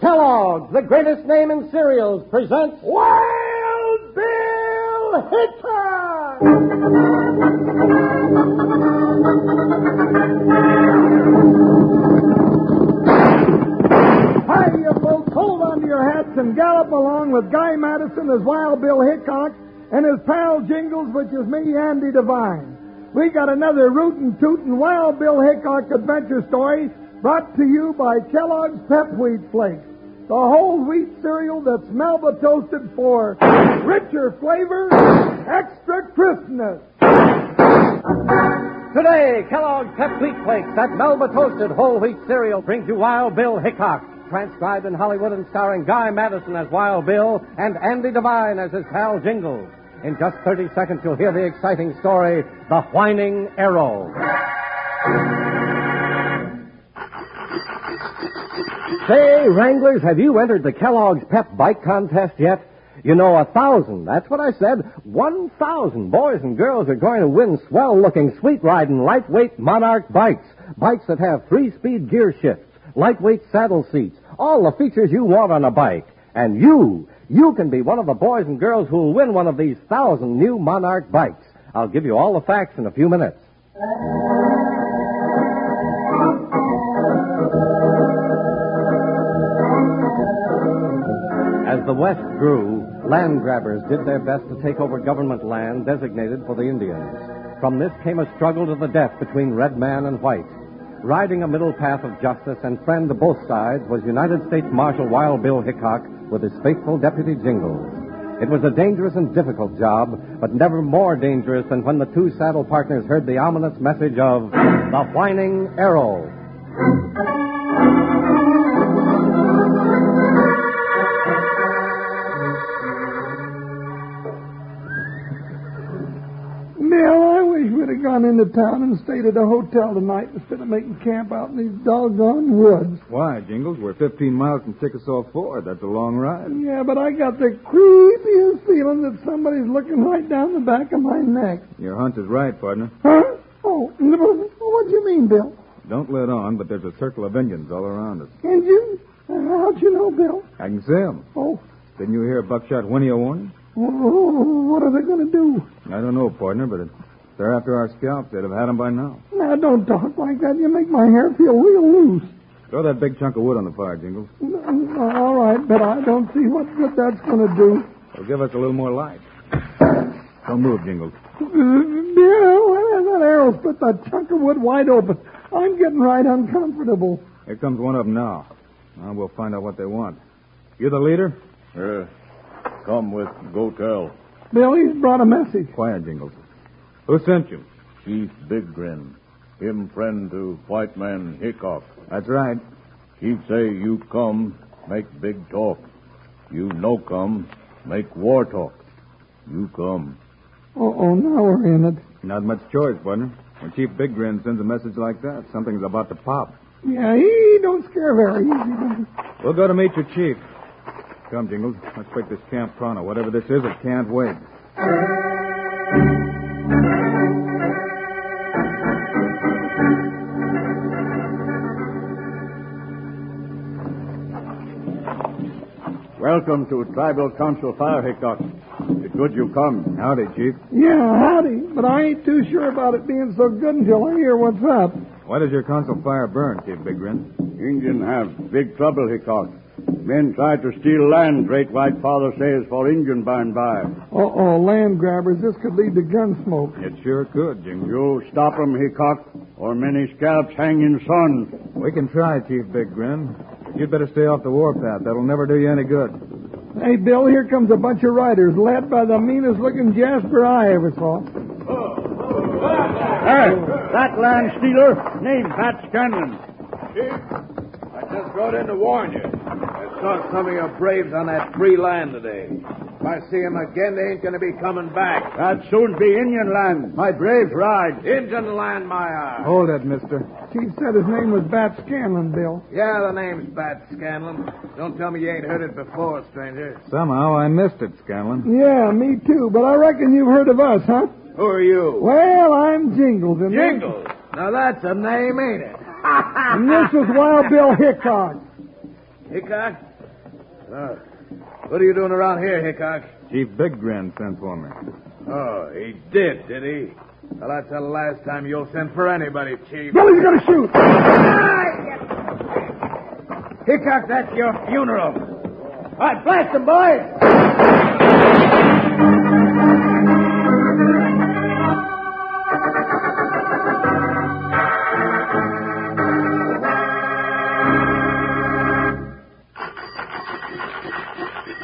Kellogg's, the greatest name in cereals, presents Wild Bill Hickok! Hi, you folks, hold on to your hats and gallop along with Guy Madison as Wild Bill Hickok and his pal Jingles, which is me, Andy Devine. We got another rootin' tootin' Wild Bill Hickok adventure story brought to you by Kellogg's Pep Wheat Flakes, the whole wheat cereal that's Melba toasted for richer flavor, extra crispness. Today, Kellogg's Pep Wheat Flakes, that Melba toasted whole wheat cereal, brings you Wild Bill Hickok, transcribed in Hollywood and starring Guy Madison as Wild Bill and Andy Devine as his pal Jingles. In just 30 seconds, you'll hear the exciting story, The Whining Arrow. Say, Wranglers, have you entered the Kellogg's Pep Bike Contest yet? You know, a thousand. That's what I said. One thousand boys and girls are going to win swell looking, sweet riding, lightweight Monarch bikes. Bikes that have three speed gear shifts, lightweight saddle seats, all the features you want on a bike. And you, you can be one of the boys and girls who'll win one of these thousand new Monarch bikes. I'll give you all the facts in a few minutes. As the West grew, land grabbers did their best to take over government land designated for the Indians. From this came a struggle to the death between red man and white. Riding a middle path of justice and friend to both sides was United States Marshal Wild Bill Hickok with his faithful deputy Jingles. It was a dangerous and difficult job, but never more dangerous than when the two saddle partners heard the ominous message of the whining arrow. Nell, I wish we'd have gone into town and stayed at a hotel tonight instead of making camp out in these doggone woods. Why, Jingles? We're 15 miles from Chickasaw Ford. That's a long ride. Yeah, but I got the creepiest feeling that somebody's looking right down the back of my neck. Your hunch is right, partner. Huh? Oh, what do you mean, Bill? Don't let on, but there's a circle of Indians all around us. Can you? Uh, How'd you know, Bill? I can see them. Oh, Didn't you hear Buckshot Winnie a warning? oh, what are they going to do? I don't know, partner, but if they're after our scalps, they'd have had 'em by now. Now, don't talk like that. You make my hair feel real loose. Throw that big chunk of wood on the fire, Jingles. Mm, All right, but I don't see what good that's going to do. It'll give us a little more light. Don't move, Jingles. Bill, that arrow split that chunk of wood wide open. I'm getting right uncomfortable. Here comes one of 'em now. Now we'll find out what they want. You the leader? Uh, come with, go tell. Bill, he's brought a message. Quiet, Jingles. Who sent you? Chief Big Grin. Him friend to white man Hickok. That's right. Chief say you come, make big talk. You no come, make war talk. You come. Uh-oh, now we're in it. Not much choice, partner. When Chief Big Grin sends a message like that, something's about to pop. Yeah, he don't scare very easy. does he? We'll go to meet your chief. Come, Jingles. Let's break this camp pronto. Whatever this is, it can't wait. Welcome to Tribal Council Fire, Hickok. It's good you come. Howdy, Chief. Yeah, howdy, but I ain't too sure about it being so good until I hear what's up. Why does your council fire burn, Chief Big Grin? Indian have big trouble, Hickok. Men try to steal land, Great White Father says, for Indian by and by. Uh-oh, land grabbers, this could lead to gun smoke. It sure could, Jingles. You stop 'em, Hickok, or many scalps hang in sun. We can try, Chief Big Grin. You'd better stay off the warpath. That'll never do you any good. Hey, Bill, here comes a bunch of riders led by the meanest looking Jasper I ever saw. Hey, that land stealer named Pat Scanlon. Chief, I just rode in to warn you. I saw some of your braves on that free land today. If I see 'em again, they ain't going to be coming back. That'd soon be Indian land. My braves ride. Indian land, my eye. Hold it, mister. Chief said his name was Bat Scanlon, Bill. Yeah, the name's Bat Scanlon. Don't tell me you ain't heard it before, stranger. Somehow I missed it, Scanlon. Yeah, me too, but I reckon you've heard of us, huh? Who are you? Well, I'm Jingles, and this- Jingles. Now that's a name, ain't it? and this is Wild Bill Hickok. Hickok, Uh, what are you doing around here, Hickok? Chief Big Grin sent for me. Oh, he did, did he? Well, that's the last time you'll send for anybody, Chief. Billy's gonna shoot. Hickok, that's your funeral. All right, blast them, boys!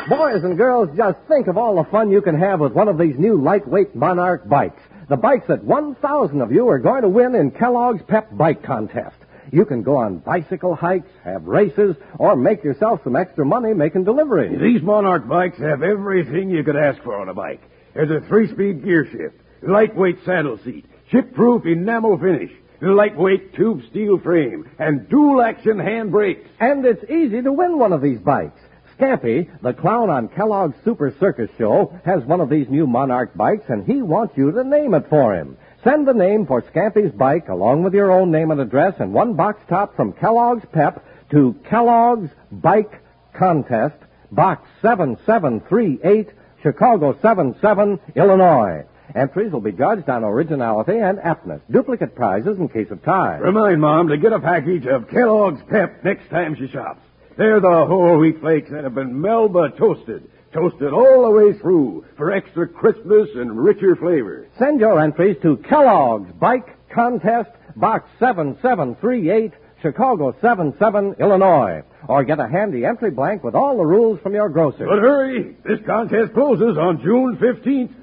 Boys and girls, just think of all the fun you can have with one of these new lightweight Monarch bikes. The bikes that 1,000 of you are going to win in Kellogg's Pep Bike Contest. You can go on bicycle hikes, have races, or make yourself some extra money making deliveries. These Monarch bikes have everything you could ask for on a bike. There's a three-speed gear shift, lightweight saddle seat, ship-proof enamel finish, lightweight tube steel frame, and dual-action hand brakes. And it's easy to win one of these bikes. Scampy, the clown on Kellogg's Super Circus Show, has one of these new Monarch bikes, and he wants you to name it for him. Send the name for Scampy's bike, along with your own name and address, and one box top from Kellogg's Pep to Kellogg's Bike Contest, Box 7738, Chicago 77, Illinois. Entries will be judged on originality and aptness. Duplicate prizes in case of tie. Remind Mom to get a package of Kellogg's Pep next time she shops. They're the whole wheat flakes that have been Melba toasted. Toasted all the way through for extra crispness and richer flavor. Send your entries to Kellogg's Bike Contest, Box 7738, Chicago 77, Illinois. Or get a handy entry blank with all the rules from your grocer. But hurry! This contest closes on June 15th.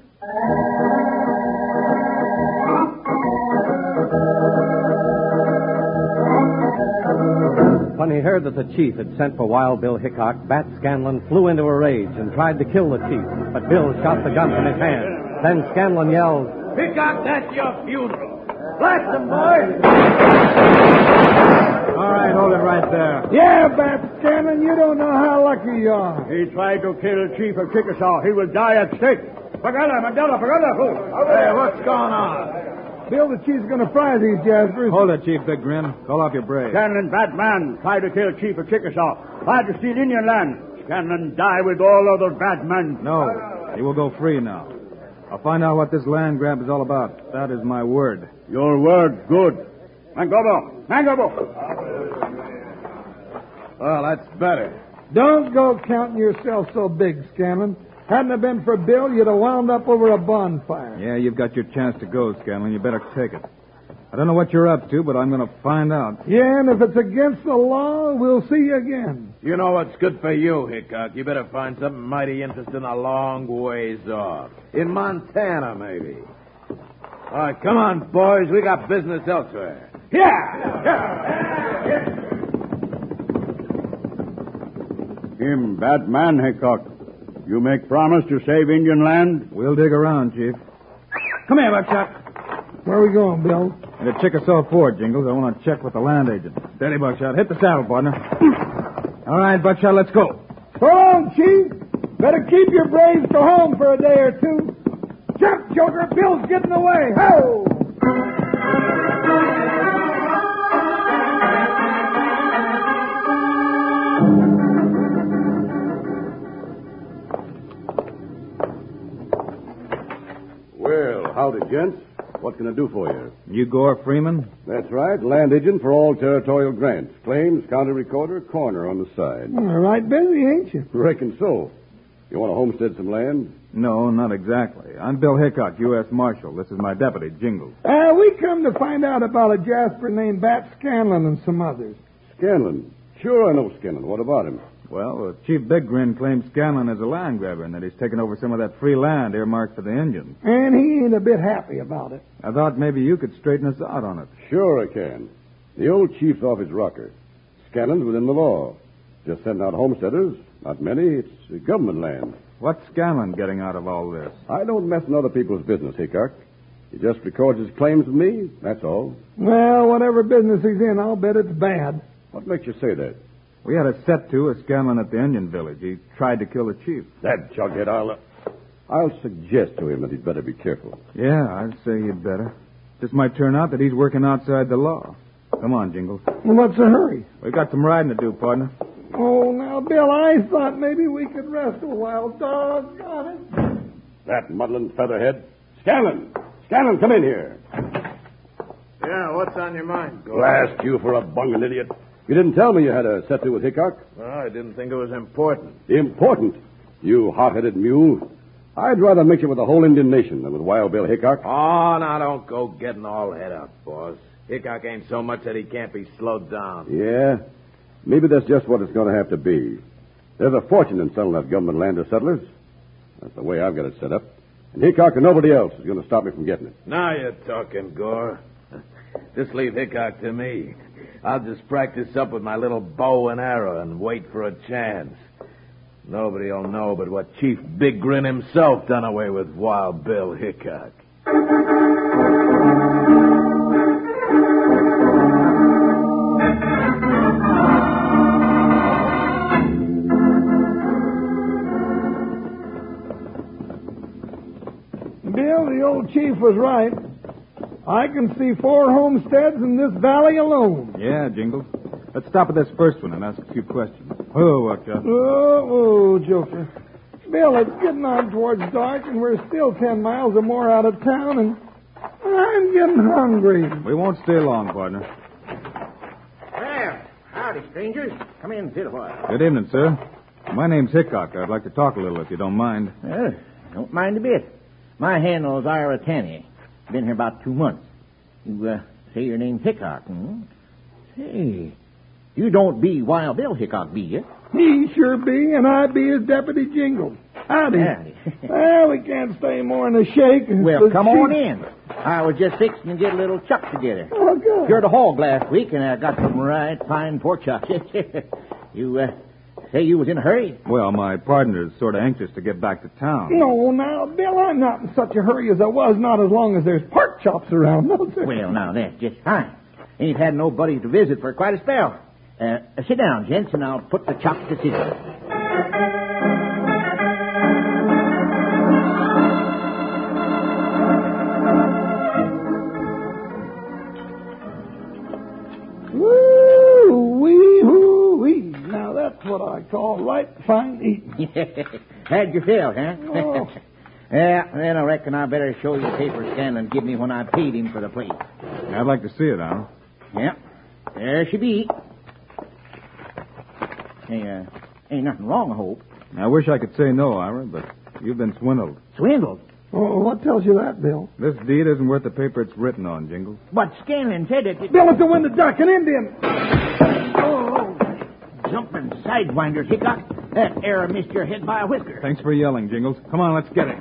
When he heard that the chief had sent for Wild Bill Hickok, Bat Scanlon flew into a rage and tried to kill the chief, but Bill shot the gun from his hand. Then Scanlon yelled, Pick up that's your funeral. Blast them, boys! All right, hold it right there. Yeah, Bat Scanlon, you don't know how lucky you are. He tried to kill Chief of Chickasaw. He will die at stake. Pagala, Magdala, Pagala, fool! Hey, what's going on? Bill, the chief's gonna fry these jaspers. Hold it, Chief Big Grin. Call off your brave. Scanlon, bad man, tried to kill Chief of Chickasaw. Tried to steal Indian land. Scanlon die with all other bad men. No, he will go free now. I'll find out what this land grab is all about. That is my word. Your word, good. Mangobo, Mangobo. Well, that's better. Don't go counting yourself so big, Scanlon. Hadn't it been for Bill, you'd have wound up over a bonfire. Yeah, you've got your chance to go, Scanlon. You better take it. I don't know what you're up to, but I'm going to find out. Yeah, and if it's against the law, we'll see you again. You know what's good for you, Hickok. You better find something mighty interesting a long ways off. In Montana, maybe. All right, come on, boys. We got business elsewhere. Him, Batman Hickok. You make promise to save Indian land? We'll dig around, Chief. Come here, Buckshot. Where are we going, Bill? In the Chickasaw Ford, Jingles, I want to check with the land agent. Steady, Buckshot. Hit the saddle, partner. All right, Buckshot, let's go. So long, Chief. Better keep your brains to home for a day or two. Jump, Joker. Bill's getting away. Ho! Well, howdy, gents. What can I do for you? You, Gore Freeman? That's right, land agent for all territorial grants. Claims, county recorder, corner on the side. All right, busy, ain't you? Reckon so. You want to homestead some land? No, not exactly. I'm Bill Hickok, U.S. Marshal. This is my deputy, Jingles. Uh, we come to find out about a Jasper named Bat Scanlon and some others. Scanlon. Sure, I know Scanlon. What about him? Well, uh, Chief Big Grin claims Scanlon is a land grabber and that he's taken over some of that free land earmarked for the Indians. And he ain't a bit happy about it. I thought maybe you could straighten us out on it. Sure, I can. The old chief's off his rocker. Scanlon's within the law. Just sending out homesteaders. Not many. It's government land. What's Scanlon getting out of all this? I don't mess in other people's business, Hickok. He just records his claims with me, that's all. Well, whatever business he's in, I'll bet it's bad. What makes you say that? We had a set to a Scanlon at the Indian village. He tried to kill the chief. That jughead, I'll... uh, I'll suggest to him that he'd better be careful. Yeah, I'd say he'd better. Just might turn out that he's working outside the law. Come on, Jingles. Well, what's the hurry? We've got some riding to do, partner. Oh, now, Bill, I thought maybe we could rest a while. Doggone it. That muddling featherhead. Scanlon! Scanlon, come in here. Yeah, what's on your mind? Gord? Blast you for a bungled idiot. You didn't tell me you had a set to with Hickok. Well, I didn't think it was important. Important. You hot-headed mule. I'd rather mix it with the whole Indian nation than with Wild Bill Hickok. Oh, now don't go getting all head up, boss. Hickok ain't so much that he can't be slowed down. Yeah. Maybe that's just what it's going to have to be. There's a fortune in selling that government land to settlers. That's the way I've got it set up. And Hickok and nobody else is going to stop me from getting it. Now you're talking, Gore. Just leave Hickok to me. I'll just practice up with my little bow and arrow and wait for a chance. Nobody'll know but what Chief Big Grin himself done away with Wild Bill Hickok. Bill, the old chief was right. I can see four homesteads in this valley alone. Yeah, Jingles. Let's stop at this first one and ask a few questions. Oh, watch out. Oh, oh, Joker. Bill, it's getting on towards dark, and we're still ten miles or more out of town, and I'm getting hungry. We won't stay long, partner. Well, howdy, strangers. Come in, sit a while. Good evening, sir. My name's Hickok. I'd like to talk a little if you don't mind. Well, don't mind a bit. My handle's Ira Tanny. Been here about two months. You uh, say your name's Hickok, hmm? Say, you don't be Wild Bill Hickok, be you? He sure be, and I be his deputy jingle. Howdy. Howdy. well, we can't stay more than a shake. Well, The come chief- on in. I was just fixing to get a little chuck together. Oh, good. Cured a hog last week, and I got some right fine pork chuck. you uh, say you was in a hurry? Well, my partner's sort of anxious to get back to town. No, now, Bill, I'm not in such a hurry as I was, not as long as there's pork chops around. No, sir. Well, now that's just fine. Ain't had nobody to visit for quite a spell. Uh, sit down, gents, and I'll put the chops to sizzle. Woo, wee, hoo, wee. Now, that's what I call right fine eating. Had your fill, huh? Oh. yeah, then I reckon I better show you the paper Scanlon give me when I paid him for the plate. I'd like to see it, Al. Yep. There she be. Hey, uh, ain't nothing wrong, I hope. I wish I could say no, Ira, but you've been swindled. Swindled. Oh, what tells you that, Bill? This deed isn't worth the paper it's written on, Jingles. But Scanlon said it. it Bill, it's a window duck, an Indian. oh, oh, jumping sidewinder, Hickok. That arrow missed your head by a whisker. Thanks for yelling, Jingles. Come on, let's get him.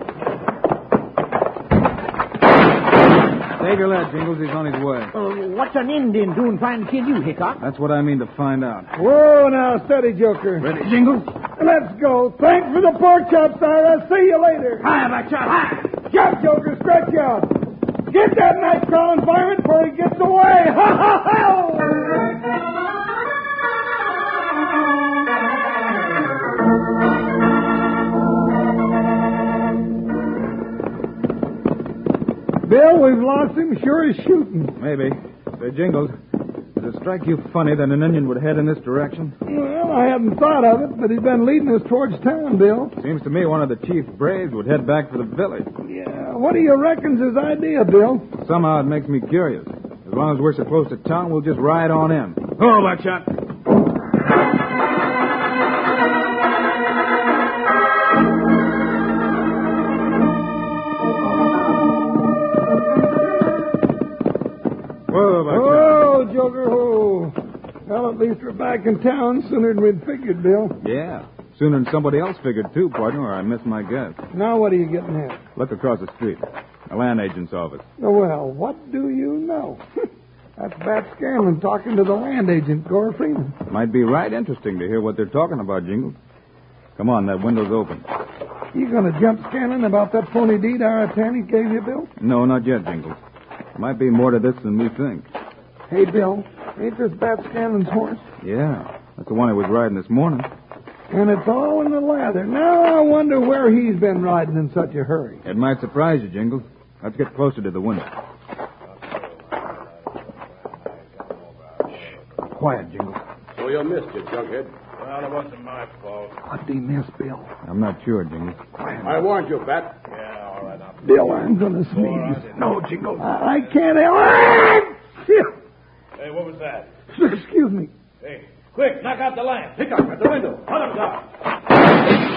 Save your lead, Jingles. He's on his way. Uh, what's an Indian doing trying to kill you, Hickok? That's what I mean to find out. Whoa, now, steady, Joker. Ready, Jingles? Let's go. Thanks for the pork chops, Ira. See you later. Hi, my child. Jump, Joker, stretch out. Get that night crawling varmint before he gets away. Ha ha ha! Bill, we've lost him sure as shooting. Maybe. Say, Jingles, does it strike you funny that an Indian would head in this direction? Well, I hadn't thought of it, but he's been leading us towards town, Bill. Seems to me one of the chief braves would head back for the village. Yeah, what do you reckon's his idea, Bill? Somehow it makes me curious. As long as we're so close to town, we'll just ride on in. Oh, my shot. Whoa, Buckshot. Oh, Joker, oh. Well, at least we're back in town sooner than we'd figured, Bill. Yeah. Sooner than somebody else figured, too, partner, or I missed my guess. Now what are you getting at? Look across the street. A land agent's office. Oh, well, what do you know? That's Bat Scanlon talking to the land agent, Gore Freeman. Might be right interesting to hear what they're talking about, Jingles. Come on, that window's open. You gonna jump Scanlon about that phony deed our attorney gave you, Bill? No, not yet, Jingles. Might be more to this than we think. Hey, Bill, ain't this Bat Scanlon's horse? Yeah, that's the one he was riding this morning. And it's all in the lather. Now I wonder where he's been riding in such a hurry. It might surprise you, Jingles. Let's get closer to the window. Shh. Quiet, Jingles. So Oh, you missed it, Jughead. Well, it wasn't my fault. What'd he miss, Bill? I'm not sure, Jingles. I warned you, Bat. Yeah, all right. I'll... Bill, I'm gonna sneeze. No, Jingles. I, I can't help Ah! Phew. Hey, what was that? Excuse me. Hey, quick, knock out the lamp. Pick up at the window. Others out.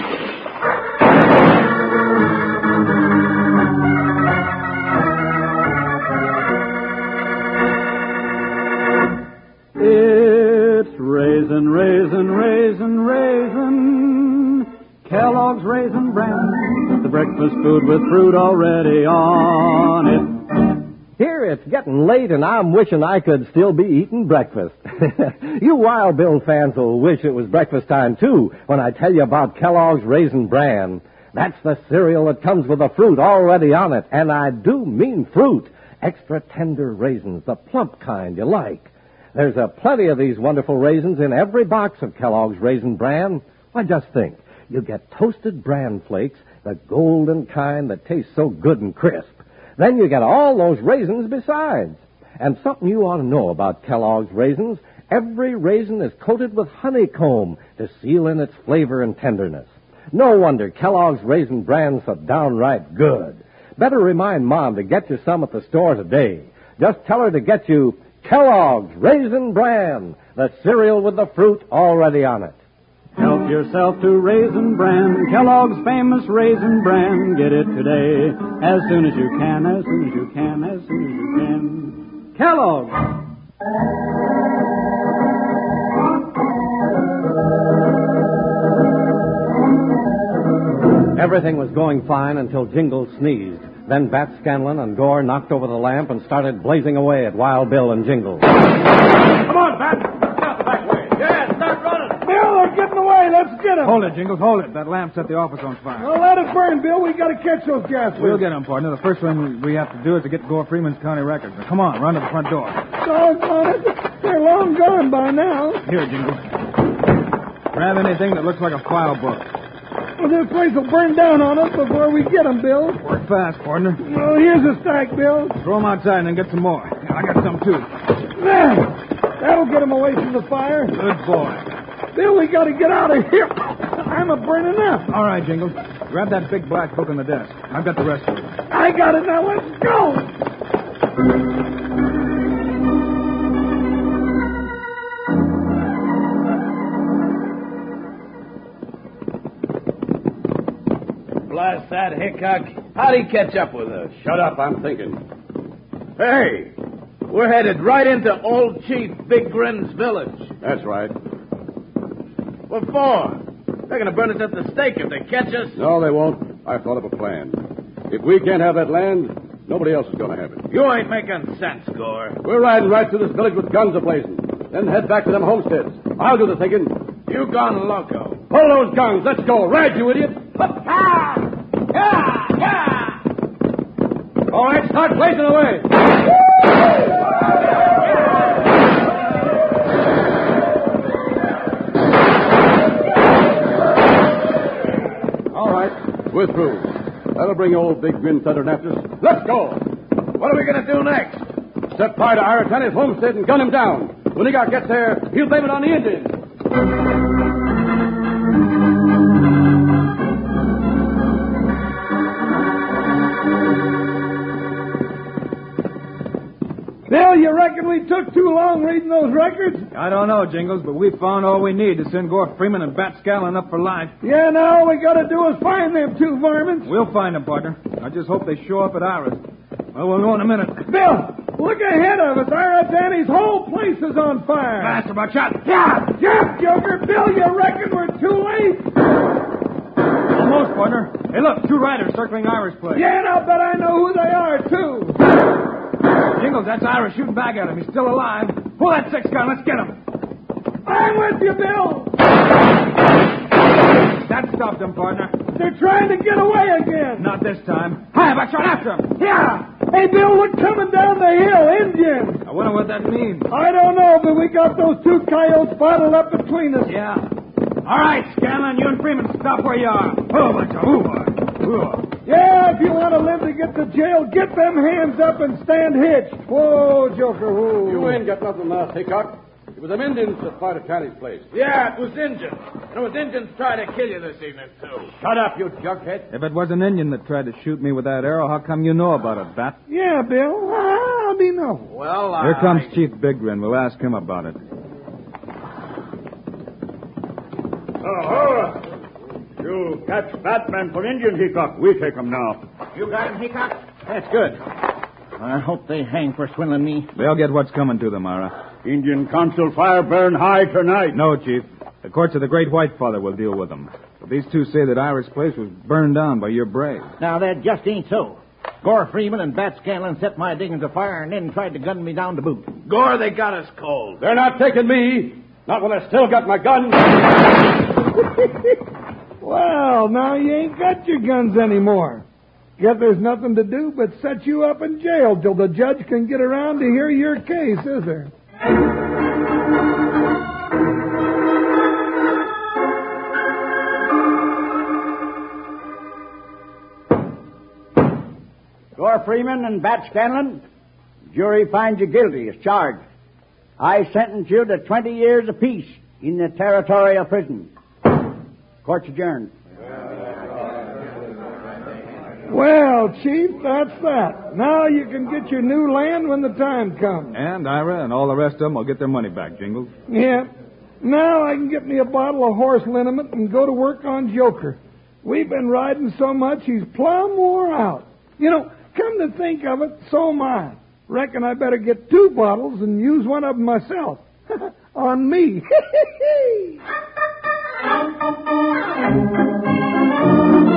It's raisin, raisin, raisin, raisin. Kellogg's Raisin Bran. The breakfast food with fruit already on it. Here it's getting late, and I'm wishing I could still be eating breakfast. you Wild Bill fans will wish it was breakfast time, too, when I tell you about Kellogg's Raisin Bran. That's the cereal that comes with the fruit already on it, and I do mean fruit. Extra tender raisins, the plump kind you like. There's a plenty of these wonderful raisins in every box of Kellogg's Raisin Bran. Why, just think. You get toasted bran flakes, the golden kind that tastes so good and crisp. Then you get all those raisins besides. And something you ought to know about Kellogg's raisins every raisin is coated with honeycomb to seal in its flavor and tenderness. No wonder Kellogg's raisin brands are downright good. Better remind Mom to get you some at the store today. Just tell her to get you Kellogg's Raisin Bran, the cereal with the fruit already on it. Help yourself to Raisin Bran, Kellogg's famous Raisin Bran. Get it today, as soon as you can, as soon as you can, as soon as you can. Kellogg's! Everything was going fine until Jingles sneezed. Then Bat Scanlon and Gore knocked over the lamp and started blazing away at Wild Bill and Jingles. Come on, Bat. Out the back way. Yeah, start running. Bill, they're getting away. Let's get 'em. Hold it, Jingles, hold it. That lamp set the office on fire. Well, let it burn, Bill. We gotta catch those gases. We'll get him, partner. The first thing we have to do is to get Gore Freeman's county records. Now, come on, run to the front door. Dogs on it. They're long gone by now. Here, Jingles. Grab anything that looks like a file book. Well, this place will burn down on us before we get 'em, Bill. Work fast, partner. Well, here's a stack, Bill. Throw them outside and then get some more. Yeah, I got some too. There. That'll get 'em away from the fire. Good boy. Bill, we gotta get out of here. I'm a burning up. All right, Jingles. Grab that big black book on the desk. I've got the rest of it. I got it now. Let's go. Blast that Hickok. How'd he catch up with us? Shut up, I'm thinking. Hey, we're headed right into old Chief Big Grin's village. That's right. What for? They're going to burn us at the stake if they catch us. No, they won't. I've thought of a plan. If we can't have that land, nobody else is going to have it. You ain't making sense, Gore. We're riding right through this village with guns ablazing. Then head back to them homesteads. I'll do the thinking. You gone loco. Pull those guns. Let's go. Ride, you idiot. Ah! All right, start blazing away. All right, we're through. That'll bring old Big Grin Thunder after us. Let's go. What are we going to do next? Set fire to Aratani's homestead and gun him down. When Hickok gets there, he'll blame it on the Indians. Bill, you reckon we took too long reading those records? I don't know, Jingles, but we found all we need to send Gore Freeman and Bat Scanlon up for life. Yeah, now all we gotta do is find them two varmints. We'll find them, partner. I just hope they show up at ours. Well, we'll go in a minute. Bill, look ahead of us. Aratani's whole place is on fire. Faster, Buckshot. Yeah, yeah, Joker. Bill, you reckon we're too late? Almost, partner. Hey, look, two riders circling Ira's place. Yeah, and I'll bet I know who they are, too. Jingles, that's Ira shooting back at him. He's still alive. Pull that six gun. Let's get him. I'm with you, Bill. That stopped him, partner. They're trying to get away again. Not this time. Hi, Buckshot, after him. Yeah. Hey, Bill, look coming down the hill. Indians. I wonder what that means. I don't know, but we got those two coyotes bottled up between us. Yeah. All right, Scanlon, you and Freeman, stop where you are. Oh, Buckshot. Ooh, ooh. Yeah, if you want to live to get to jail, get them hands up and stand hitched. Whoa, Joker, whoa. You ain't got nothing on us, Hickok. If It was them Indians that fired at Charlie's place. Yeah, it was Injuns. And it was Injuns trying to kill you this evening, too. Shut up, you junkhead. If it was an Indian that tried to shoot me with that arrow, how come you know about it, Bat? Yeah, Bill. How'd he know? Well, I... Here comes Chief Big Grin. We'll ask him about it. You catch Batman for Indian Hickok. We take him now. You got him, Hickok? That's good. I hope they hang for swindling me. They'll get what's coming to them, Ira. Indian Council fire burn high tonight. No, Chief. The courts of the Great White Father will deal with them. But these two say that Ira's place was burned down by your brave. Now, that just ain't so. Gore Freeman and Bat Scanlon set my diggings afire and then tried to gun me down to boot. Gore, they got us cold. They're not taking me. Not when I still got my gun. Well, now you ain't got your guns anymore. Yet there's nothing to do but set you up in jail till the judge can get around to hear your case, is there? Gore Freeman and Bat Scanlon, jury finds you guilty as charged. I sentence you to 20 years apiece in the territorial prison. Court's adjourned. Well, Chief, that's that. Now you can get your new land when the time comes. And Ira and all the rest of them will get their money back, Jingles. Yeah. Now I can get me a bottle of horse liniment and go to work on Joker. We've been riding so much he's plumb wore out. You know, come to think of it, so am I. Reckon I better get two bottles and use one of 'em myself. on me.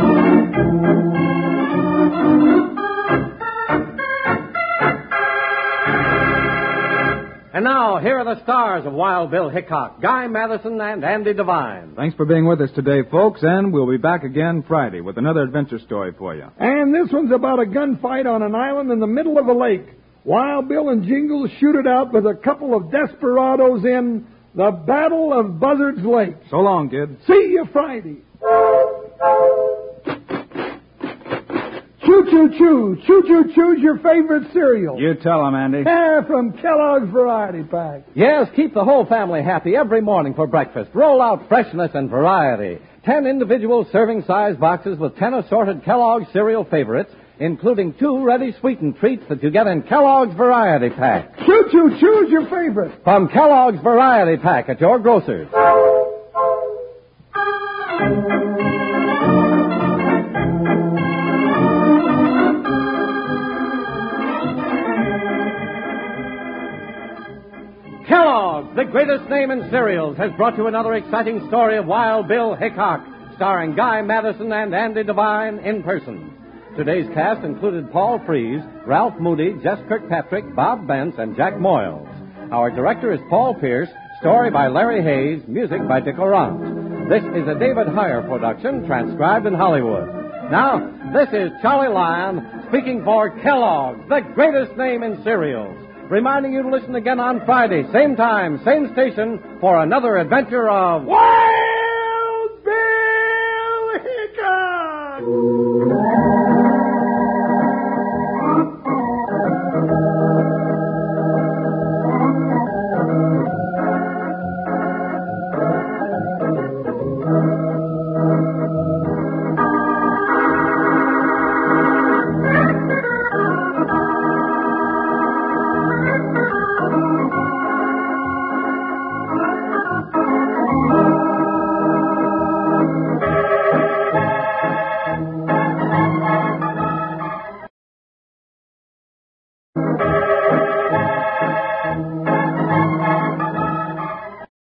And now, here are the stars of Wild Bill Hickok, Guy Madison, and Andy Devine. Thanks for being with us today, folks, and we'll be back again Friday with another adventure story for you. and this one's about a gunfight on an island in the middle of a lake. Wild Bill and Jingles shoot it out with a couple of desperadoes in the Battle of Buzzard's Lake. So long, kids. See you Friday. Choo choo choo. Choo choo choo's your favorite cereal. You tell 'em, Andy. Yeah, from Kellogg's Variety Pack. Yes, keep the whole family happy every morning for breakfast. Roll out freshness and variety. Ten individual serving size boxes with ten assorted Kellogg's cereal favorites, including two ready sweetened treats that you get in Kellogg's Variety Pack. Choo choo choo's your favorite. From Kellogg's Variety Pack at your grocer's. Kellogg's, the greatest name in cereals, has brought you another exciting story of Wild Bill Hickok, starring Guy Madison and Andy Devine in person. Today's cast included Paul Fries, Ralph Moody, Jess Kirkpatrick, Bob Bence, and Jack Moyles. Our director is Paul Pierce, story by Larry Hayes, music by Dick Orant. This is a David Heyer production, transcribed in Hollywood. Now, this is Charlie Lyon speaking for Kellogg's, the greatest name in cereals reminding you to listen again on Friday, same time, same station, for another adventure of. Wild Bill Hickok!